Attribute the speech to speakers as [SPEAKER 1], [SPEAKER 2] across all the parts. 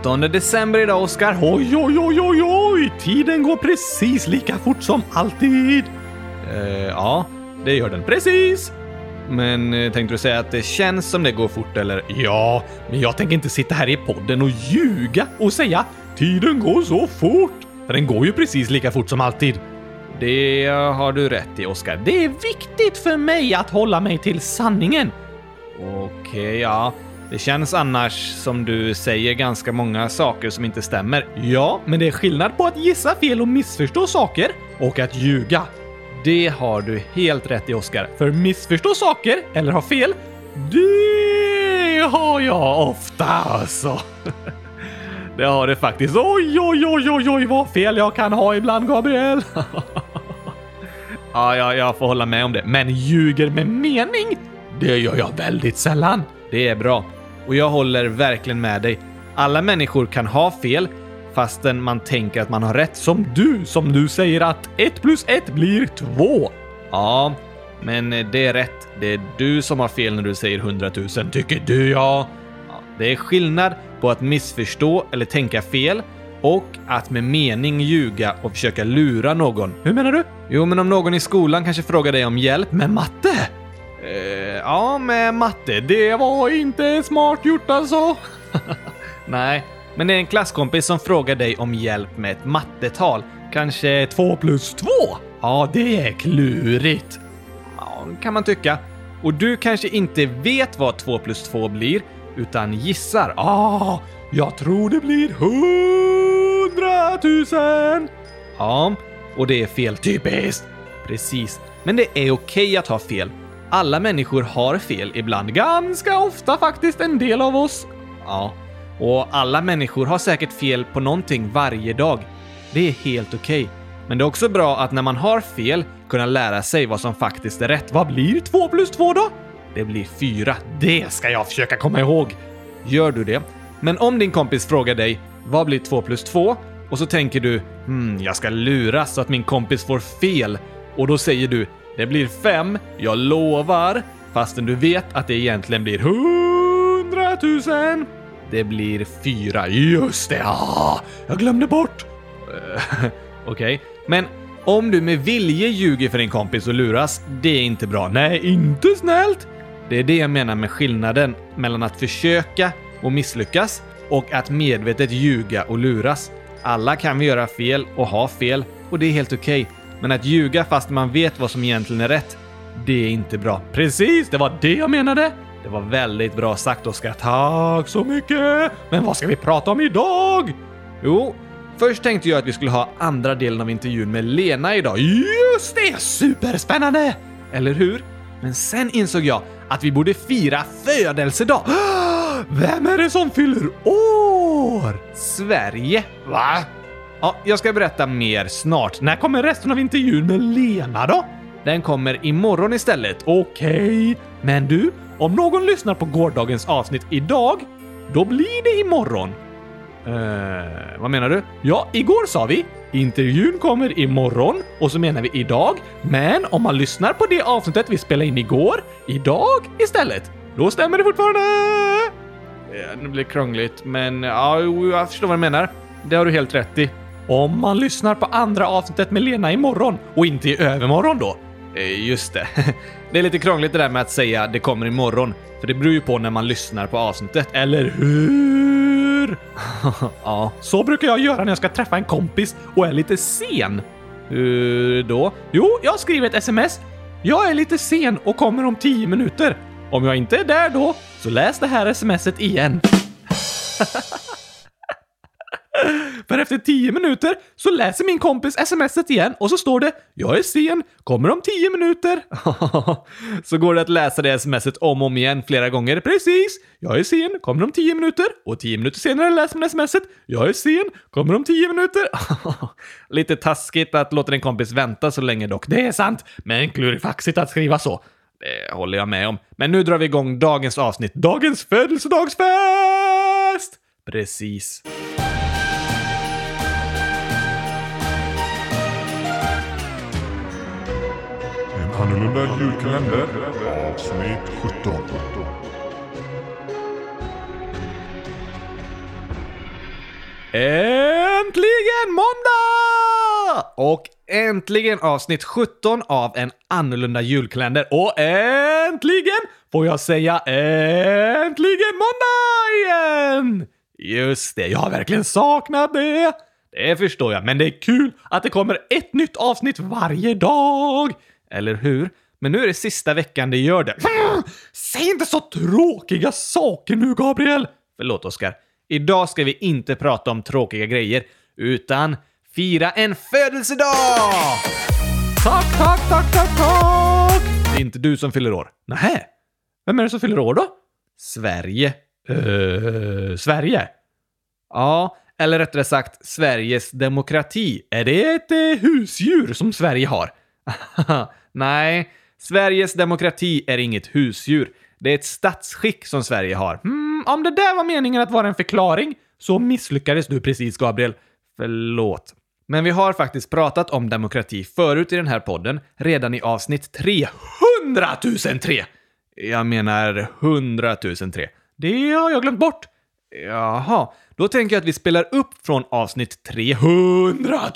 [SPEAKER 1] 17 december idag, Oskar. Oj, oj, oj, oj, oj! Tiden går precis lika fort som alltid. Eh, ja, det gör den precis. Men eh, tänkte du säga att det känns som det går fort eller? Ja, men jag tänker inte sitta här i podden och ljuga och säga “Tiden går så fort”. För den går ju precis lika fort som alltid. Det har du rätt i, Oskar. Det är viktigt för mig att hålla mig till sanningen. Okej, eh, ja. Det känns annars som du säger ganska många saker som inte stämmer. Ja, men det är skillnad på att gissa fel och missförstå saker och att ljuga. Det har du helt rätt i, Oskar. För missförstå saker eller ha fel, det har jag ofta alltså. Det har det faktiskt. Oj, oj, oj, oj, oj, vad fel jag kan ha ibland, Gabriel. ja, ja, jag får hålla med om det. Men ljuger med mening? Det gör jag väldigt sällan. Det är bra. Och jag håller verkligen med dig. Alla människor kan ha fel fastän man tänker att man har rätt. Som du, som du säger att 1 plus 1 blir 2. Ja, men det är rätt. Det är du som har fel när du säger 100 000, tycker du ja. Ja, Det är skillnad på att missförstå eller tänka fel och att med mening ljuga och försöka lura någon. Hur menar du? Jo, men om någon i skolan kanske frågar dig om hjälp med matte? Eh, ja, med matte. Det var inte smart gjort alltså. Nej, men det är en klasskompis som frågar dig om hjälp med ett mattetal. Kanske 2 plus 2? Ja, det är klurigt. Ja, kan man tycka. Och du kanske inte vet vad 2 plus 2 blir, utan gissar. Ah, jag tror det blir 100 000! Ja, och det är fel. Typiskt! Precis. Men det är okej att ha fel. Alla människor har fel ibland. Ganska ofta faktiskt, en del av oss. Ja, och alla människor har säkert fel på någonting varje dag. Det är helt okej. Men det är också bra att när man har fel kunna lära sig vad som faktiskt är rätt. Vad blir 2 plus 2 då? Det blir 4. Det ska jag försöka komma ihåg. Gör du det? Men om din kompis frågar dig “Vad blir 2 plus 2?” och så tänker du “Hmm, jag ska luras så att min kompis får fel” och då säger du “Det blir 5, jag lovar” fastän du vet att det egentligen blir 100 000. Det blir 4. Just det! Ah, jag glömde bort! Eh, Okej, men om du med vilje ljuger för din kompis och luras, det är inte bra. Nej, inte snällt! Det är det jag menar med skillnaden mellan att försöka och misslyckas och att medvetet ljuga och luras. Alla kan vi göra fel och ha fel och det är helt okej. Men att ljuga fast man vet vad som egentligen är rätt, det är inte bra. Precis, det var det jag menade! Det var väldigt bra sagt, Oskar. Tack så mycket! Men vad ska vi prata om idag? Jo, först tänkte jag att vi skulle ha andra delen av intervjun med Lena idag. Just det! Superspännande! Eller hur? Men sen insåg jag att vi borde fira födelsedag. Vem är det som fyller år? Sverige. Va? Ja, jag ska berätta mer snart. När kommer resten av intervjun med Lena då? Den kommer imorgon istället. Okej. Men du, om någon lyssnar på gårdagens avsnitt idag, då blir det imorgon. Eh, vad menar du? Ja, igår sa vi intervjun kommer imorgon och så menar vi idag. Men om man lyssnar på det avsnittet vi spelade in igår, idag istället, då stämmer det fortfarande! Ja, Eh, nu blir det krångligt, men ja, jo, jag förstår vad du menar. Det har du helt rätt i. Om man lyssnar på andra avsnittet med Lena imorgon och inte i övermorgon då? Eh, Just det. Det är lite krångligt det där med att säga det kommer imorgon, för det beror ju på när man lyssnar på avsnittet, eller hur? ja, så brukar jag göra när jag ska träffa en kompis och är lite sen. Hur då? Jo, jag skriver ett sms. Jag är lite sen och kommer om 10 minuter. Om jag inte är där då, så läs det här smset igen. För efter 10 minuter så läser min kompis smset igen och så står det “Jag är sen, kommer om 10 minuter”. så går det att läsa det smset om och om igen flera gånger. Precis! “Jag är sen, kommer om 10 minuter” och 10 minuter senare läser man smset “Jag är sen, kommer om 10 minuter”. Lite taskigt att låta din kompis vänta så länge dock, det är sant, men klurifaxigt att skriva så. Det håller jag med om. Men nu drar vi igång dagens avsnitt, dagens födelsedagsfest! Precis.
[SPEAKER 2] En annorlunda julkalender avsnitt 17.
[SPEAKER 1] Äntligen måndag! Och äntligen avsnitt 17 av en annorlunda julkalender. Och äntligen får jag säga äntligen måndag igen! Just det, jag har verkligen saknat det. Det förstår jag, men det är kul att det kommer ett nytt avsnitt varje dag. Eller hur? Men nu är det sista veckan det gör det. Mm! Säg inte så tråkiga saker nu, Gabriel! Förlåt, Oskar. Idag ska vi inte prata om tråkiga grejer, utan fira en födelsedag! Tack, tack, tack, tack, tack! Det är inte du som fyller år. Nähä? Vem är det som fyller år då? Sverige. Eh, Sverige? Ja, eller rättare sagt Sveriges demokrati. Är det ett eh, husdjur som Sverige har? Nej, Sveriges demokrati är inget husdjur. Det är ett statsskick som Sverige har. Hmm, om det där var meningen att vara en förklaring så misslyckades du precis, Gabriel. Förlåt. Men vi har faktiskt pratat om demokrati förut i den här podden, redan i avsnitt 300 003! Jag menar 100 003. Det har jag glömt bort. Jaha, då tänker jag att vi spelar upp från avsnitt 300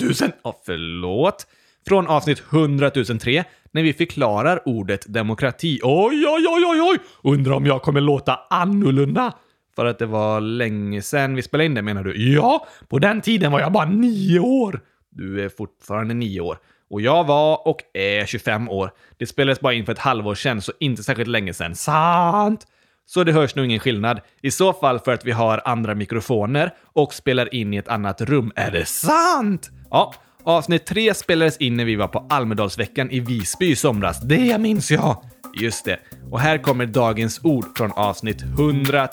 [SPEAKER 1] 000. Oh, förlåt. Från avsnitt 100 003 när vi förklarar ordet demokrati. Oj, oj, oj, oj, oj! Undrar om jag kommer låta annorlunda. För att det var länge sedan vi spelade in det menar du? Ja, på den tiden var jag bara nio år. Du är fortfarande nio år. Och jag var och är 25 år. Det spelades bara in för ett halvår sedan, så inte särskilt länge sedan. Sant! Så det hörs nog ingen skillnad. I så fall för att vi har andra mikrofoner och spelar in i ett annat rum. Är det sant? Ja, avsnitt 3 spelades in när vi var på Almedalsveckan i Visby i somras. Det minns jag! Just det. Och här kommer dagens ord från avsnitt 100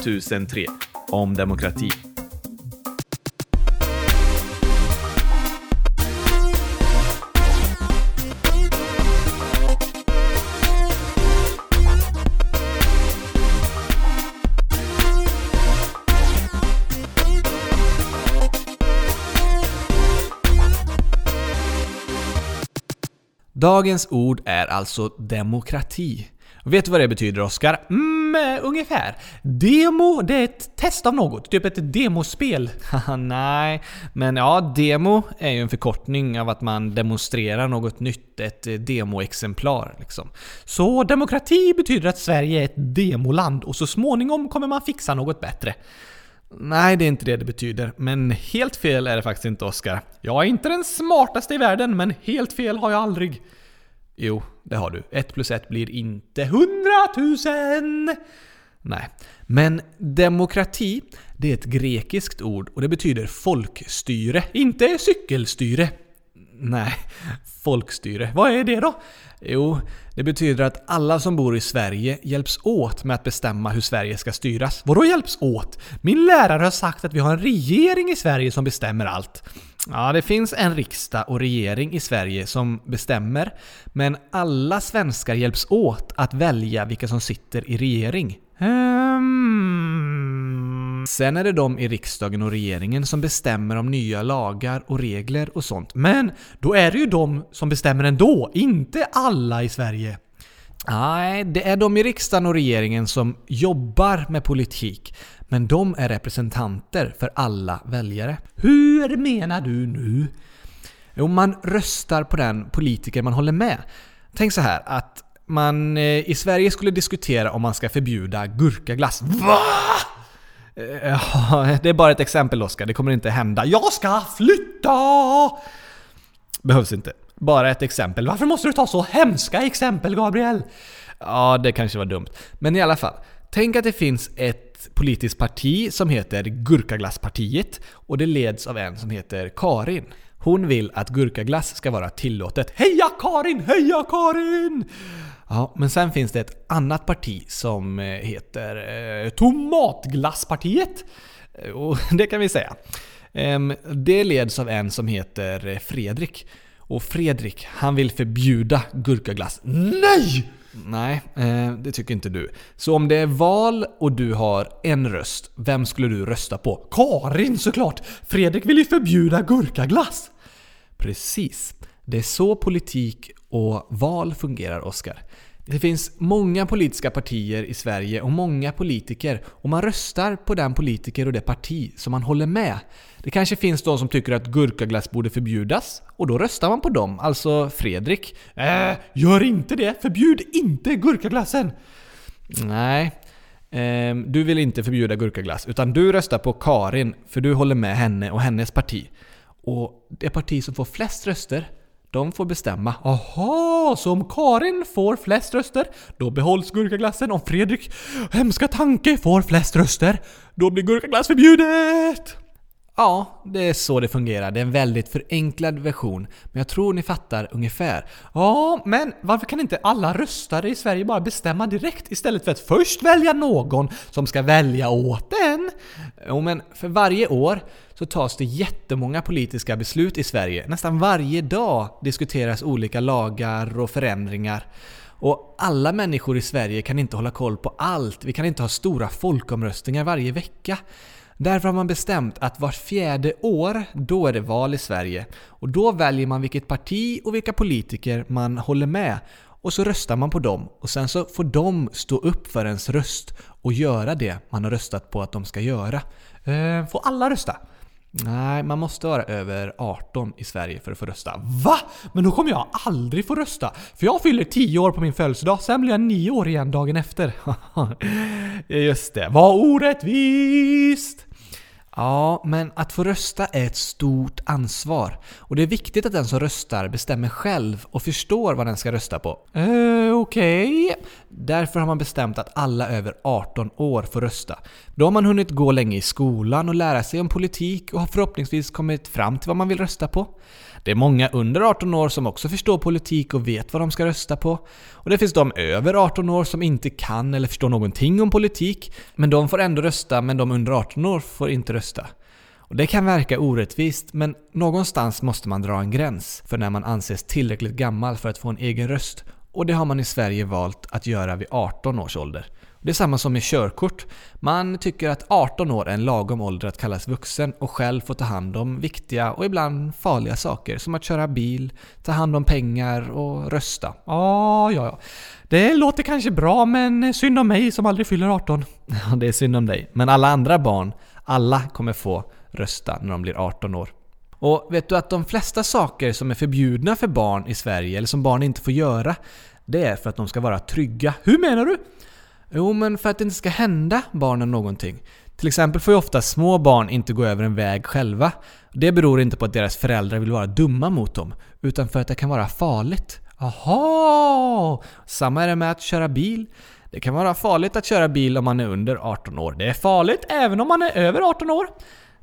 [SPEAKER 1] 003 om demokrati. Dagens ord är alltså demokrati. Vet du vad det betyder, Oskar? Mm, eh, ungefär. Demo, det är ett test av något. Typ ett demospel. Haha, Nej, men ja, demo är ju en förkortning av att man demonstrerar något nytt. Ett eh, demoexemplar, liksom. Så demokrati betyder att Sverige är ett demoland och så småningom kommer man fixa något bättre. Nej, det är inte det det betyder. Men helt fel är det faktiskt inte, Oskar. Jag är inte den smartaste i världen, men helt fel har jag aldrig. Jo, det har du. Ett plus ett blir inte hundratusen! Nej. Men demokrati, det är ett grekiskt ord och det betyder folkstyre, inte cykelstyre. Nej, folkstyre. Vad är det då? Jo, det betyder att alla som bor i Sverige hjälps åt med att bestämma hur Sverige ska styras. Vadå hjälps åt? Min lärare har sagt att vi har en regering i Sverige som bestämmer allt. Ja, det finns en riksdag och regering i Sverige som bestämmer, men alla svenskar hjälps åt att välja vilka som sitter i regering. Hmm. Sen är det de i riksdagen och regeringen som bestämmer om nya lagar och regler och sånt. Men då är det ju de som bestämmer ändå, inte alla i Sverige. Nej, det är de i riksdagen och regeringen som jobbar med politik. Men de är representanter för alla väljare. Hur menar du nu? Jo, man röstar på den politiker man håller med. Tänk så här att man eh, i Sverige skulle diskutera om man ska förbjuda gurkaglass. VA? Eh, ja, Det är bara ett exempel Oskar, det kommer inte hända. Jag ska flytta! Behövs inte. Bara ett exempel. Varför måste du ta så hemska exempel, Gabriel? Ja, det kanske var dumt. Men i alla fall. Tänk att det finns ett politiskt parti som heter Gurkaglasspartiet och det leds av en som heter Karin. Hon vill att gurkaglass ska vara tillåtet. Heja Karin! Heja Karin! Ja, men sen finns det ett annat parti som eh, heter eh, Tomatglasspartiet. Eh, Och det kan vi säga. Ehm, Det leds av en som heter eh, Fredrik. Och Fredrik, han vill förbjuda gurkaglass. Nej! Nej, eh, det tycker inte du. Så om det är val och du har en röst, vem skulle du rösta på? Karin såklart! Fredrik vill ju förbjuda gurkaglass! Precis. Det är så politik och val fungerar, Oskar. Det finns många politiska partier i Sverige och många politiker och man röstar på den politiker och det parti som man håller med. Det kanske finns de som tycker att gurkaglass borde förbjudas och då röstar man på dem, alltså Fredrik. Äh, gör inte det! Förbjud inte gurkaglassen! Nej, Ehm, du vill inte förbjuda gurkaglass, utan du röstar på Karin för du håller med henne och hennes parti. Och det parti som får flest röster, de får bestämma. Aha, så om Karin får flest röster, då behålls gurkaglassen. Om Fredrik, hemska tanke, får flest röster, då blir gurkaglass förbjudet! Ja, det är så det fungerar. Det är en väldigt förenklad version. Men jag tror ni fattar ungefär. Ja, men varför kan inte alla röstare i Sverige bara bestämma direkt istället för att först välja någon som ska välja åt en? Jo, men för varje år så tas det jättemånga politiska beslut i Sverige. Nästan varje dag diskuteras olika lagar och förändringar. Och alla människor i Sverige kan inte hålla koll på allt. Vi kan inte ha stora folkomröstningar varje vecka. Därför har man bestämt att vart fjärde år, då är det val i Sverige. Och då väljer man vilket parti och vilka politiker man håller med. Och så röstar man på dem. Och sen så får de stå upp för ens röst och göra det man har röstat på att de ska göra. Eh, får alla rösta? Nej, man måste vara över 18 i Sverige för att få rösta. VA? Men då kommer jag aldrig få rösta! För jag fyller 10 år på min födelsedag, sen blir jag 9 år igen dagen efter. Just det, vad orättvist! Ja, men att få rösta är ett stort ansvar. Och det är viktigt att den som röstar bestämmer själv och förstår vad den ska rösta på. Eh, okej. Därför har man bestämt att alla över 18 år får rösta. Då har man hunnit gå länge i skolan och lära sig om politik och har förhoppningsvis kommit fram till vad man vill rösta på. Det är många under 18 år som också förstår politik och vet vad de ska rösta på. Och det finns de över 18 år som inte kan eller förstår någonting om politik, men de får ändå rösta, men de under 18 år får inte rösta. Och det kan verka orättvist, men någonstans måste man dra en gräns för när man anses tillräckligt gammal för att få en egen röst. Och det har man i Sverige valt att göra vid 18 års ålder. Det är samma som med körkort. Man tycker att 18 år är en lagom ålder att kallas vuxen och själv få ta hand om viktiga och ibland farliga saker som att köra bil, ta hand om pengar och rösta. Ja, ja, ja. Det låter kanske bra, men synd om mig som aldrig fyller 18. Ja, det är synd om dig. Men alla andra barn, alla kommer få rösta när de blir 18 år. Och vet du att de flesta saker som är förbjudna för barn i Sverige, eller som barn inte får göra, det är för att de ska vara trygga. Hur menar du? Jo, men för att det inte ska hända barnen någonting. Till exempel får ju ofta små barn inte gå över en väg själva. Det beror inte på att deras föräldrar vill vara dumma mot dem, utan för att det kan vara farligt. Aha! Samma är det med att köra bil. Det kan vara farligt att köra bil om man är under 18 år. Det är farligt även om man är över 18 år.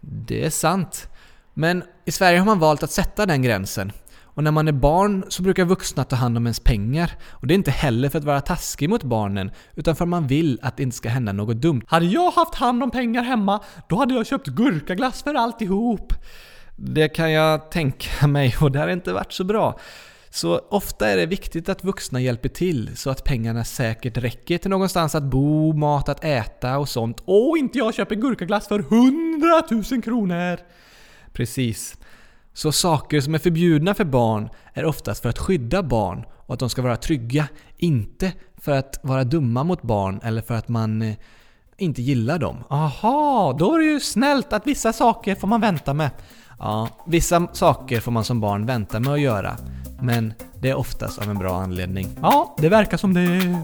[SPEAKER 1] Det är sant. Men i Sverige har man valt att sätta den gränsen. Och när man är barn så brukar vuxna ta hand om ens pengar. Och det är inte heller för att vara taskig mot barnen, utan för att man vill att det inte ska hända något dumt. Hade jag haft hand om pengar hemma, då hade jag köpt gurkaglass för alltihop. Det kan jag tänka mig och det har inte varit så bra. Så ofta är det viktigt att vuxna hjälper till så att pengarna säkert räcker till någonstans att bo, mat att äta och sånt. Åh, inte jag köper gurkaglass för 100 000 kronor! Precis. Så saker som är förbjudna för barn är oftast för att skydda barn och att de ska vara trygga, inte för att vara dumma mot barn eller för att man eh, inte gillar dem. Aha, då är det ju snällt att vissa saker får man vänta med. Ja, vissa saker får man som barn vänta med att göra, men det är oftast av en bra anledning. Ja, det verkar som det.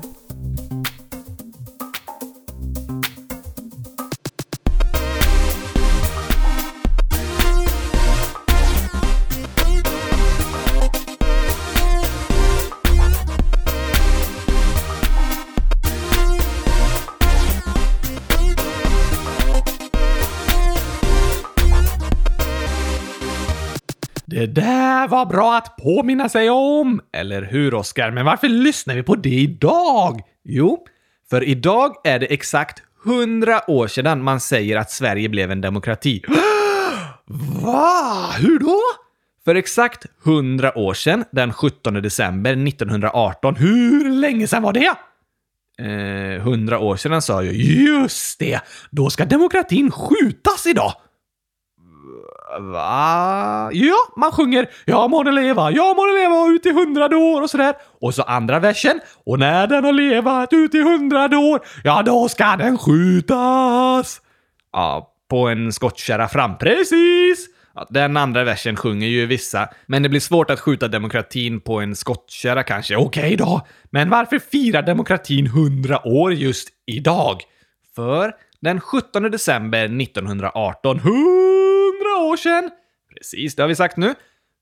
[SPEAKER 3] Det där var bra att påminna sig om! Eller hur, Oskar? Men varför lyssnar vi på det idag? Jo, för idag är det exakt 100 år sedan man säger att Sverige blev en demokrati. Va? Hur då? För exakt 100 år sedan, den 17 december 1918. Hur länge sedan var det? Eh, 100 år sedan sa jag. Just det! Då ska demokratin skjutas idag!
[SPEAKER 1] Va? Ja, man sjunger “Jag må den leva, jag må den leva ut i hundrade år” och sådär. Och så andra versen “Och när den har levat ut i hundrade år, ja då ska den skjutas”. Ja, på en skottkärra fram. Precis! Ja, den andra versen sjunger ju vissa, men det blir svårt att skjuta demokratin på en skottkärra kanske. Okej då, men varför firar demokratin 100 år just idag? För den 17 december 1918, 100 år sedan, precis det har vi sagt nu,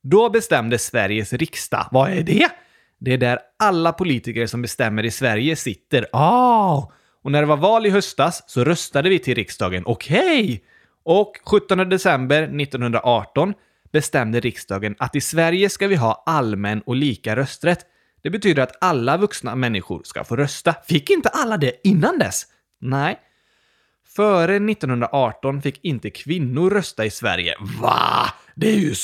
[SPEAKER 1] då bestämde Sveriges riksdag. Vad är det? Det är där alla politiker som bestämmer i Sverige sitter. Ah! Och när det var val i höstas så röstade vi till riksdagen. Okej! Och 17 december 1918 bestämde riksdagen att i Sverige ska vi ha allmän och lika rösträtt. Det betyder att alla vuxna människor ska få rösta. Fick inte alla det innan dess? Nej. Före 1918 fick inte kvinnor rösta i Sverige. Va? Det är ju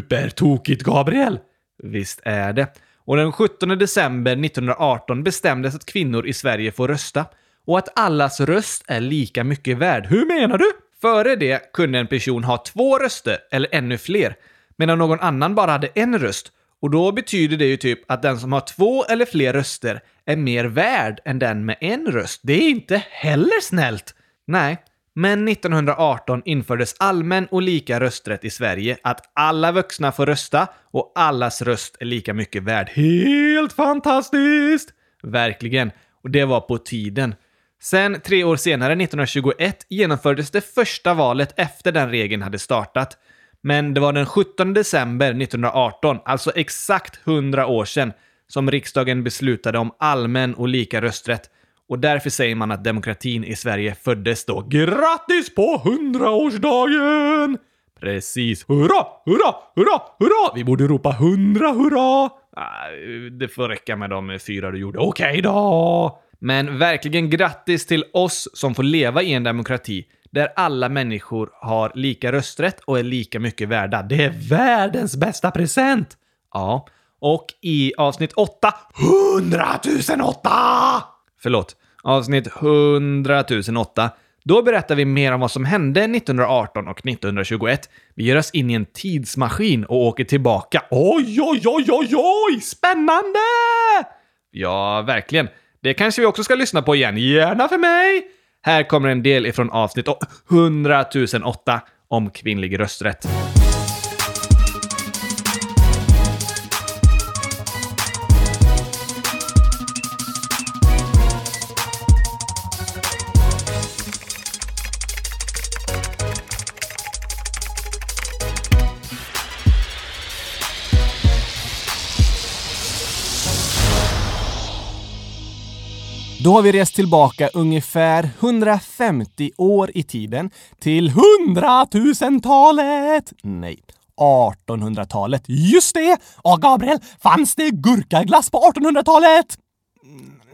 [SPEAKER 1] supertokigt, Gabriel! Visst är det. Och den 17 december 1918 bestämdes att kvinnor i Sverige får rösta och att allas röst är lika mycket värd. Hur menar du? Före det kunde en person ha två röster eller ännu fler, medan någon annan bara hade en röst. Och då betyder det ju typ att den som har två eller fler röster är mer värd än den med en röst. Det är inte heller snällt! Nej, men 1918 infördes allmän och lika rösträtt i Sverige, att alla vuxna får rösta och allas röst är lika mycket värd. Helt fantastiskt! Verkligen. Och det var på tiden. Sen tre år senare, 1921, genomfördes det första valet efter den regeln hade startat. Men det var den 17 december 1918, alltså exakt 100 år sedan, som riksdagen beslutade om allmän och lika rösträtt. Och därför säger man att demokratin i Sverige föddes då. Grattis på 100-årsdagen! Precis. Hurra, hurra, hurra, hurra! Vi borde ropa 100 hurra! Nej, Det får räcka med de fyra du gjorde. Okej då! Men verkligen grattis till oss som får leva i en demokrati där alla människor har lika rösträtt och är lika mycket värda. Det är världens bästa present! Ja, och i avsnitt 8... 100 008! förlåt, avsnitt 100 008. Då berättar vi mer om vad som hände 1918 och 1921. Vi ger oss in i en tidsmaskin och åker tillbaka. Oj, oj, oj, oj, oj! Spännande! Ja, verkligen. Det kanske vi också ska lyssna på igen. Gärna för mig! Här kommer en del ifrån avsnitt 100 008 om kvinnlig rösträtt.
[SPEAKER 4] Då har vi rest tillbaka ungefär 150 år i tiden till 100 000-talet! Nej, 1800-talet. Just det! Ja, Gabriel, fanns det gurkaglass på 1800-talet?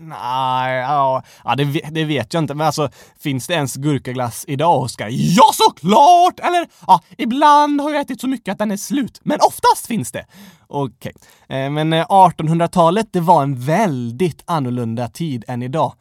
[SPEAKER 4] Nej, ja, ja det, ve- det vet jag inte. Men alltså, finns det ens gurkaglass idag, Oskar? Ja, såklart! Eller, ja, ibland har jag ätit så mycket att den är slut. Men oftast finns det. Okej. Eh, Men eh, 1800-talet, det var en väldigt annorlunda tid än idag.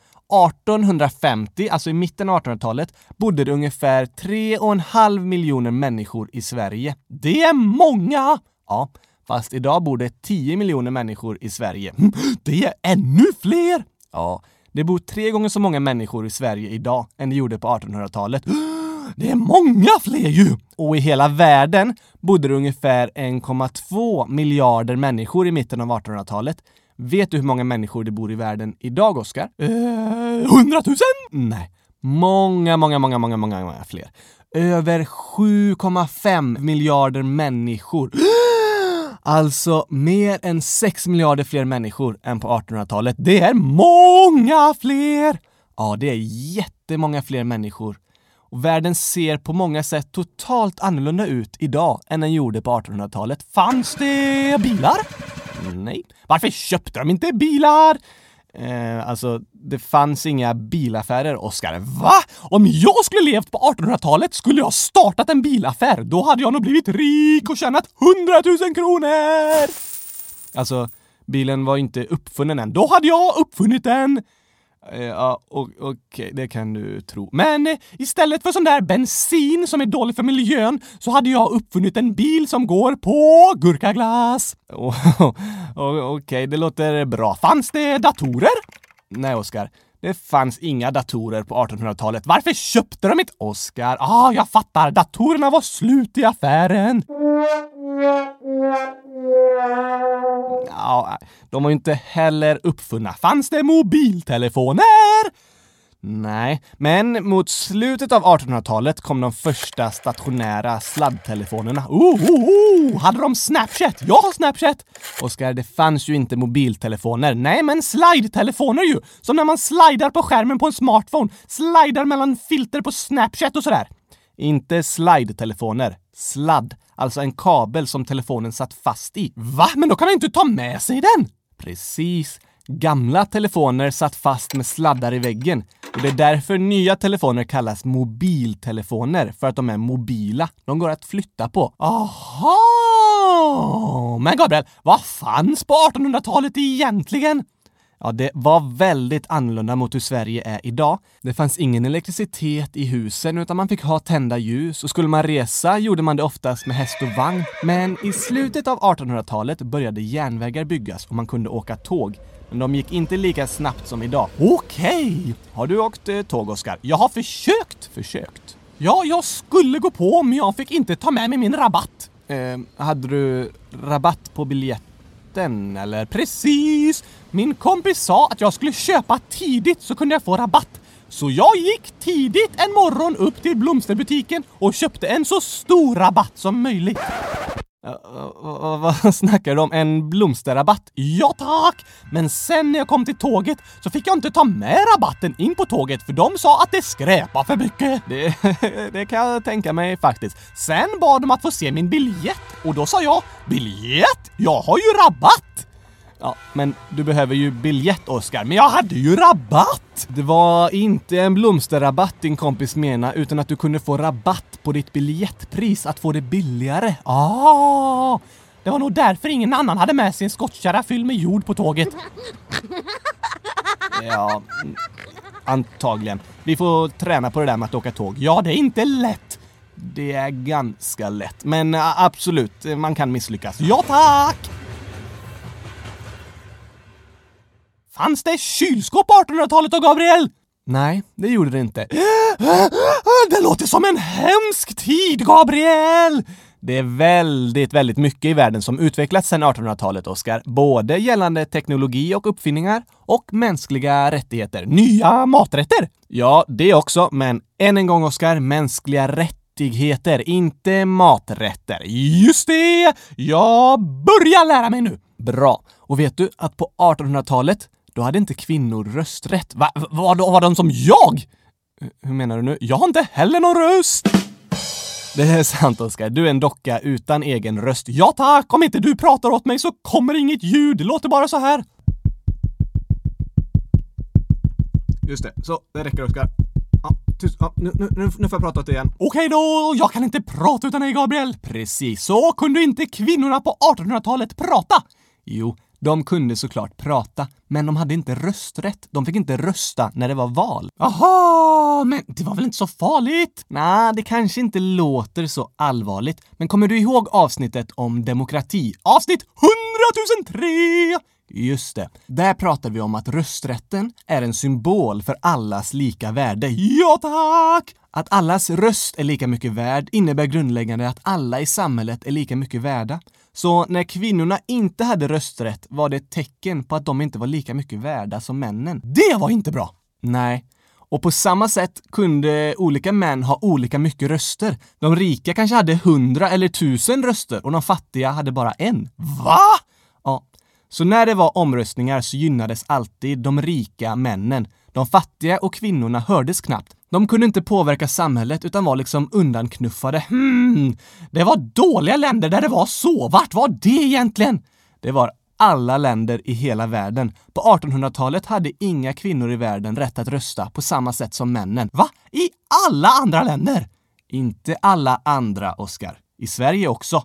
[SPEAKER 4] 1850, alltså i mitten av 1800-talet, bodde det ungefär 3,5 miljoner människor i Sverige. Det är många! Ja, fast idag bor det 10 miljoner människor i Sverige. Det är ännu fler! Ja, det bor tre gånger så många människor i Sverige idag än det gjorde på 1800-talet. Det är många fler ju! Och i hela världen bodde det ungefär 1,2 miljarder människor i mitten av 1800-talet. Vet du hur många människor det bor i världen idag, Oskar? Hundratusen? Nej. Många, många, många, många, många, många fler. Över 7,5 miljarder människor. Alltså mer än 6 miljarder fler människor än på 1800-talet. Det är många fler! Ja, det är jättemånga fler människor. Och världen ser på många sätt totalt annorlunda ut idag än den gjorde på 1800-talet. Fanns det bilar? Nej. Varför köpte de inte bilar? Eh, alltså, det fanns inga bilaffärer, Oskar. Va? Om jag skulle levt på 1800-talet skulle jag startat en bilaffär. Då hade jag nog blivit rik och tjänat 100 000 kronor! Alltså, bilen var ju inte uppfunnen än. Då hade jag uppfunnit den! Eh, Ja, o- okej, det kan du tro. Men eh, istället för sån där bensin som är dålig för miljön så hade jag uppfunnit en bil som går på gurkaglass. Oh, o- okej, det låter bra. Fanns det datorer? Nej, Oskar. Det fanns inga datorer på 1800-talet. Varför köpte de inte? Oskar, ah, jag fattar. Datorerna var slut i affären. Ja, de var ju inte heller uppfunna. Fanns det mobiltelefoner? Nej, men mot slutet av 1800-talet kom de första stationära sladdtelefonerna. Oh, oh, oh! Hade de Snapchat? Jag har Snapchat! Oskar, det fanns ju inte mobiltelefoner. Nej, men slide-telefoner ju! Som när man slidar på skärmen på en smartphone, slidar mellan filter på Snapchat och sådär. Inte slide-telefoner. Sladd. Alltså en kabel som telefonen satt fast i. Va? Men då kan man inte ta med sig den! Precis. Gamla telefoner satt fast med sladdar i väggen. Och det är därför nya telefoner kallas mobiltelefoner, för att de är mobila. De går att flytta på. Aha! Men Gabriel, vad fanns på 1800-talet egentligen? Ja, det var väldigt annorlunda mot hur Sverige är idag. Det fanns ingen elektricitet i husen utan man fick ha tända ljus och skulle man resa gjorde man det oftast med häst och vagn. Men i slutet av 1800-talet började järnvägar byggas och man kunde åka tåg. Men de gick inte lika snabbt som idag. Okej! Har du åkt eh, tåg, Oskar? Jag har försökt. Försökt? Ja, jag skulle gå på men jag fick inte ta med mig min rabatt. Eh, hade du rabatt på biljett? den, eller? Precis! Min kompis sa att jag skulle köpa tidigt så kunde jag få rabatt. Så jag gick tidigt en morgon upp till blomsterbutiken och köpte en så stor rabatt som möjligt. Ö, ö, ö, Vad snackar du om? En blomsterrabatt? Ja tack! Men sen när jag kom till tåget så fick jag inte ta med rabatten in på tåget för de sa att det skräpar för mycket. Det, det kan jag tänka mig faktiskt. Sen bad de att få se min biljett och då sa jag biljett? Jag har ju rabatt! Ja, men du behöver ju biljett, Oskar. Men jag hade ju rabatt! Det var inte en blomsterrabatt din kompis menar, utan att du kunde få rabatt på ditt biljettpris, att få det billigare. Ah! Det var nog därför ingen annan hade med sig en skottkärra fylld med jord på tåget. Ja, mm, Antagligen. Vi får träna på det där med att åka tåg. Ja, det är inte lätt. Det är ganska lätt, men ä, absolut, man kan misslyckas. Ja, tack! Fanns det kylskåp på 1800-talet då, Gabriel? Nej, det gjorde det inte. Ah, Det låter som en hemsk tid, Gabriel! Det är väldigt, väldigt mycket i världen som utvecklats sedan 1800-talet, Oskar. Både gällande teknologi och uppfinningar och mänskliga rättigheter. Nya maträtter! Ja, det också, men än en gång, Oskar, mänskliga rättigheter, inte maträtter. Just det! Jag börjar lära mig nu! Bra. Och vet du att på 1800-talet, då hade inte kvinnor rösträtt. Va, var, de, var de som jag? Hur menar du nu? Jag har inte heller någon röst! Det är sant, Oskar. Du är en docka utan egen röst. Ja tack! Om inte du pratar åt mig så kommer inget ljud. Det låter bara så här. Just det. Så, det räcker Oskar. Ja, tyst. Ja, nu, nu, nu nu får jag prata åt dig igen. Okej då! Jag kan inte prata utan dig, Gabriel! Precis så kunde inte kvinnorna på 1800-talet prata! Jo, de kunde såklart prata, men de hade inte rösträtt. De fick inte rösta när det var val. Aha, men det var väl inte så farligt? Nej, det kanske inte låter så allvarligt. Men kommer du ihåg avsnittet om demokrati? Avsnitt 100 003! Just det. Där pratar vi om att rösträtten är en symbol för allas lika värde. Ja, tack! Att allas röst är lika mycket värd innebär grundläggande att alla i samhället är lika mycket värda. Så när kvinnorna inte hade rösträtt var det ett tecken på att de inte var lika mycket värda som männen. Det var inte bra! Nej. Och på samma sätt kunde olika män ha olika mycket röster. De rika kanske hade hundra eller tusen röster och de fattiga hade bara en. Va? Ja, så när det var omröstningar så gynnades alltid de rika männen. De fattiga och kvinnorna hördes knappt. De kunde inte påverka samhället utan var liksom undanknuffade. Hmm, det var dåliga länder där det var så. Vart var det egentligen? Det var alla länder i hela världen. På 1800-talet hade inga kvinnor i världen rätt att rösta på samma sätt som männen. Va? I alla andra länder? Inte alla andra, Oscar. I Sverige också.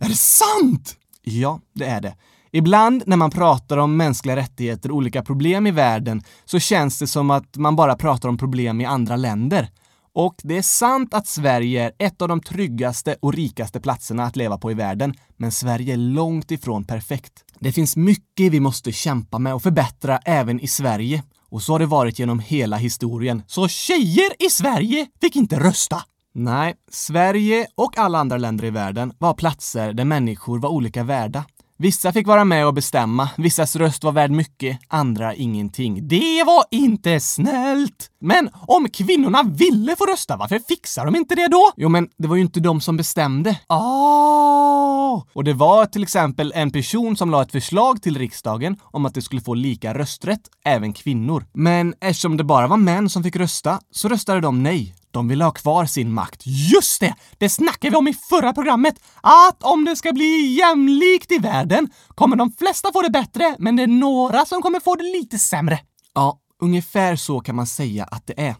[SPEAKER 4] Är det sant? Ja, det är det. Ibland när man pratar om mänskliga rättigheter och olika problem i världen så känns det som att man bara pratar om problem i andra länder. Och det är sant att Sverige är ett av de tryggaste och rikaste platserna att leva på i världen, men Sverige är långt ifrån perfekt. Det finns mycket vi måste kämpa med och förbättra även i Sverige. Och så har det varit genom hela historien. Så tjejer i Sverige fick inte rösta! Nej, Sverige och alla andra länder i världen var platser där människor var olika värda. Vissa fick vara med och bestämma, vissas röst var värd mycket, andra ingenting. Det var inte snällt! Men om kvinnorna ville få rösta, varför fixar de inte det då? Jo, men det var ju inte de som bestämde. Oh! Och det var till exempel en person som la ett förslag till riksdagen om att det skulle få lika rösträtt, även kvinnor. Men eftersom det bara var män som fick rösta, så röstade de nej. De vill ha kvar sin makt. Just det! Det snackade vi om i förra programmet! Att om det ska bli jämlikt i världen kommer de flesta få det bättre, men det är några som kommer få det lite sämre. Ja, ungefär så kan man säga att det är.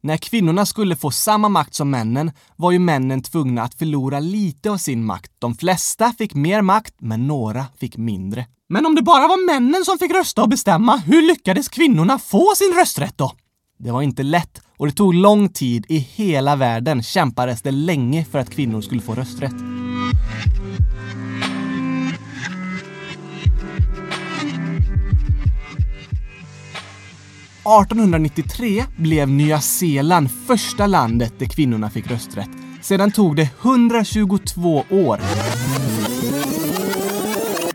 [SPEAKER 4] När kvinnorna skulle få samma makt som männen var ju männen tvungna att förlora lite av sin makt. De flesta fick mer makt, men några fick mindre. Men om det bara var männen som fick rösta och bestämma, hur lyckades kvinnorna få sin rösträtt då? Det var inte lätt och det tog lång tid. I hela världen kämpades det länge för att kvinnor skulle få rösträtt. –1893 blev Nya Zeeland första landet där kvinnorna fick rösträtt. Sedan tog det 122 år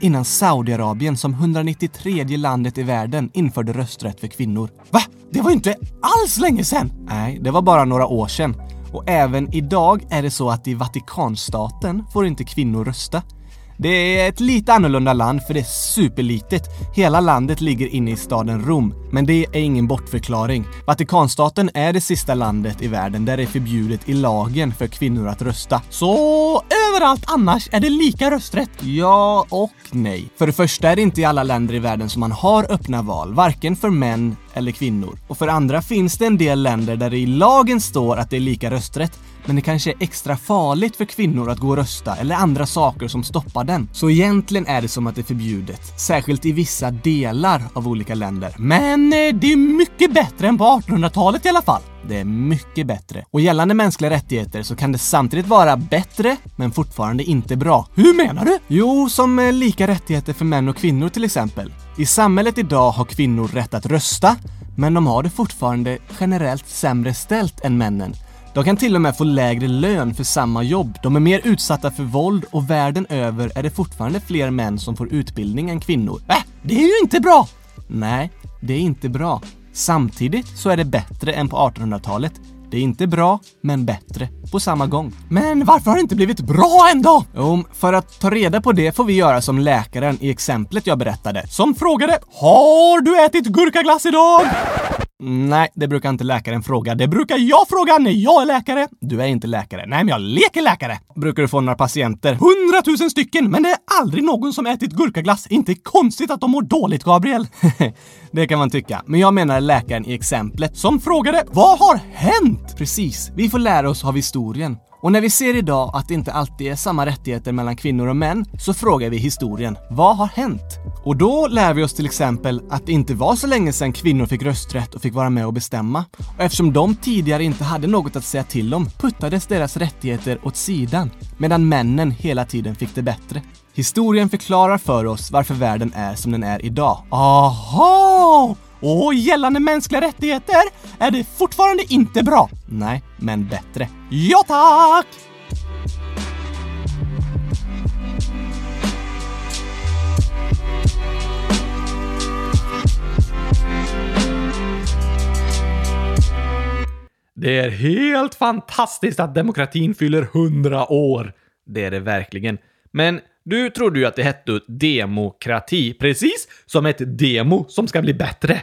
[SPEAKER 4] innan Saudiarabien som 193 landet i världen införde rösträtt för kvinnor. Va? Det var ju inte alls länge sedan! Nej, det var bara några år sedan. Och även idag är det så att i Vatikanstaten får inte kvinnor rösta. Det är ett lite annorlunda land för det är superlitet. Hela landet ligger inne i staden Rom. Men det är ingen bortförklaring. Vatikanstaten är det sista landet i världen där det är förbjudet i lagen för kvinnor att rösta. Så eh, överallt annars är det lika rösträtt. Ja och nej. För det första är det inte i alla länder i världen som man har öppna val, varken för män eller kvinnor. Och för andra finns det en del länder där det i lagen står att det är lika rösträtt, men det kanske är extra farligt för kvinnor att gå och rösta eller andra saker som stoppar den. Så egentligen är det som att det är förbjudet, särskilt i vissa delar av olika länder. Men eh, det är mycket bättre än på 1800-talet i alla fall. Det är mycket bättre. Och gällande mänskliga rättigheter så kan det samtidigt vara bättre, men fortfarande inte bra. Hur menar du? Jo, som eh, lika rättigheter för män och kvinnor till exempel. I samhället idag har kvinnor rätt att rösta, men de har det fortfarande generellt sämre ställt än männen. De kan till och med få lägre lön för samma jobb. De är mer utsatta för våld och världen över är det fortfarande fler män som får utbildning än kvinnor. Äh, det är ju inte bra! Nej, det är inte bra. Samtidigt så är det bättre än på 1800-talet. Det är inte bra, men bättre på samma gång. Men varför har det inte blivit bra ändå? Jo, för att ta reda på det får vi göra som läkaren i exemplet jag berättade, som frågade “Har du ätit gurkaglass idag?” Nej, det brukar inte läkaren fråga. Det brukar jag fråga när jag är läkare. Du är inte läkare. Nej, men jag leker läkare. Brukar du få några patienter? Hundratusen stycken, men det är aldrig någon som ätit gurkaglass. Inte konstigt att de mår dåligt, Gabriel. det kan man tycka. Men jag menar läkaren i exemplet som frågade Vad har hänt? Precis. Vi får lära oss av historien. Och när vi ser idag att det inte alltid är samma rättigheter mellan kvinnor och män så frågar vi historien, vad har hänt? Och då lär vi oss till exempel att det inte var så länge sedan kvinnor fick rösträtt och fick vara med och bestämma. Och eftersom de tidigare inte hade något att säga till om puttades deras rättigheter åt sidan, medan männen hela tiden fick det bättre. Historien förklarar för oss varför världen är som den är idag. Aha! Och gällande mänskliga rättigheter är det fortfarande inte bra. Nej, men bättre. Ja tack!
[SPEAKER 1] Det är helt fantastiskt att demokratin fyller 100 år. Det är det verkligen. Men du trodde ju att det hette demokrati, precis som ett demo som ska bli bättre.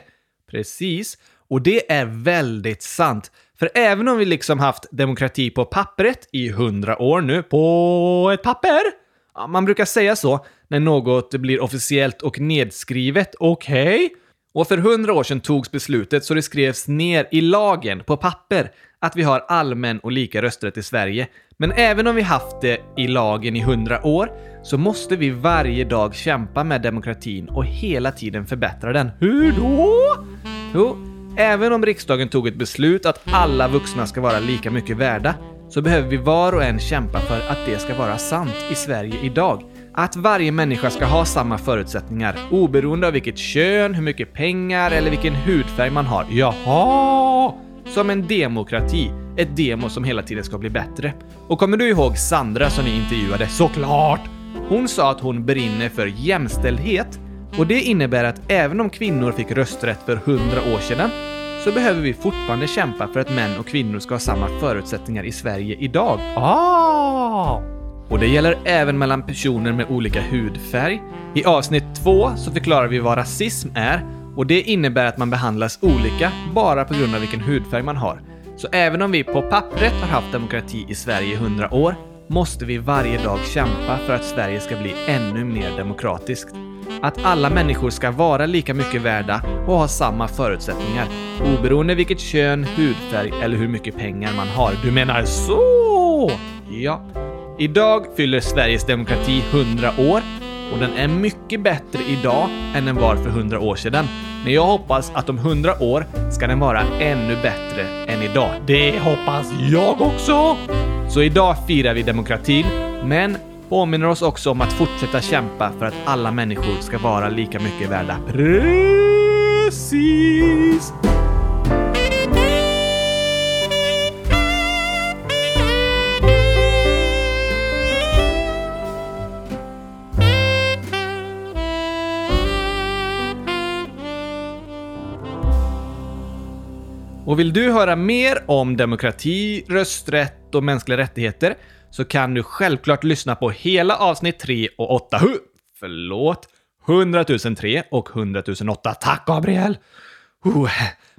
[SPEAKER 1] Precis. Och det är väldigt sant. För även om vi liksom haft demokrati på pappret i 100 år nu, på ett papper, ja, man brukar säga så när något blir officiellt och nedskrivet, okej? Och för hundra år sedan togs beslutet så det skrevs ner i lagen på papper. att vi har allmän och lika rösträtt i Sverige. Men även om vi haft det i lagen i hundra år så måste vi varje dag kämpa med demokratin och hela tiden förbättra den. Hur då? Jo, även om riksdagen tog ett beslut att alla vuxna ska vara lika mycket värda så behöver vi var och en kämpa för att det ska vara sant i Sverige idag. Att varje människa ska ha samma förutsättningar oberoende av vilket kön, hur mycket pengar eller vilken hudfärg man har. Jaha! Som en demokrati. Ett demo som hela tiden ska bli bättre. Och kommer du ihåg Sandra som vi intervjuade? Såklart! Hon sa att hon brinner för jämställdhet och det innebär att även om kvinnor fick rösträtt för hundra år sedan så behöver vi fortfarande kämpa för att män och kvinnor ska ha samma förutsättningar i Sverige idag. Ah! Och det gäller även mellan personer med olika hudfärg. I avsnitt 2 så förklarar vi vad rasism är och det innebär att man behandlas olika bara på grund av vilken hudfärg man har. Så även om vi på pappret har haft demokrati i Sverige i 100 år måste vi varje dag kämpa för att Sverige ska bli ännu mer demokratiskt. Att alla människor ska vara lika mycket värda och ha samma förutsättningar oberoende vilket kön, hudfärg eller hur mycket pengar man har. Du menar så? Ja. Idag fyller Sveriges demokrati 100 år och den är mycket bättre idag än den var för 100 år sedan. Men jag hoppas att om 100 år ska den vara ännu bättre än idag. Det hoppas jag också! Så idag firar vi demokratin, men påminner oss också om att fortsätta kämpa för att alla människor ska vara lika mycket värda. Precis! Och vill du höra mer om demokrati, rösträtt och mänskliga rättigheter så kan du självklart lyssna på hela avsnitt 3 och 8. Hu, förlåt. 100 003 och 100 008. Tack Gabriel! Uh.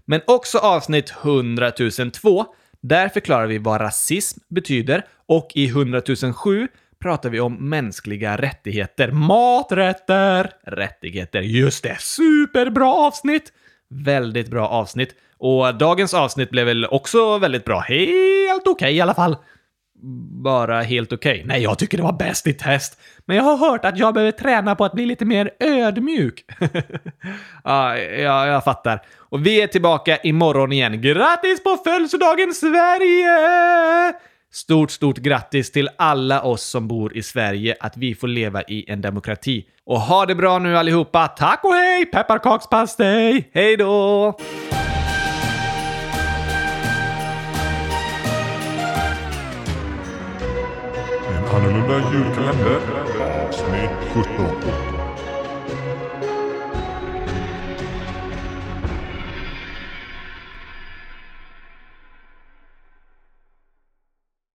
[SPEAKER 1] Men också avsnitt 100 002. Där förklarar vi vad rasism betyder och i 100 007 pratar vi om mänskliga rättigheter. Maträtter! Rättigheter. Just det! Superbra avsnitt! Väldigt bra avsnitt. Och dagens avsnitt blev väl också väldigt bra. Helt okej i alla fall. Bara helt okej? Nej, jag tycker det var bäst i test. Men jag har hört att jag behöver träna på att bli lite mer ödmjuk. ja, jag, jag fattar. Och vi är tillbaka imorgon igen. Grattis på födelsedagen Sverige! Stort, stort grattis till alla oss som bor i Sverige att vi får leva i en demokrati. Och ha det bra nu allihopa. Tack och hej! Pepparkakspastej! Hej då!
[SPEAKER 2] En annorlunda julkalender. Avsnitt 17.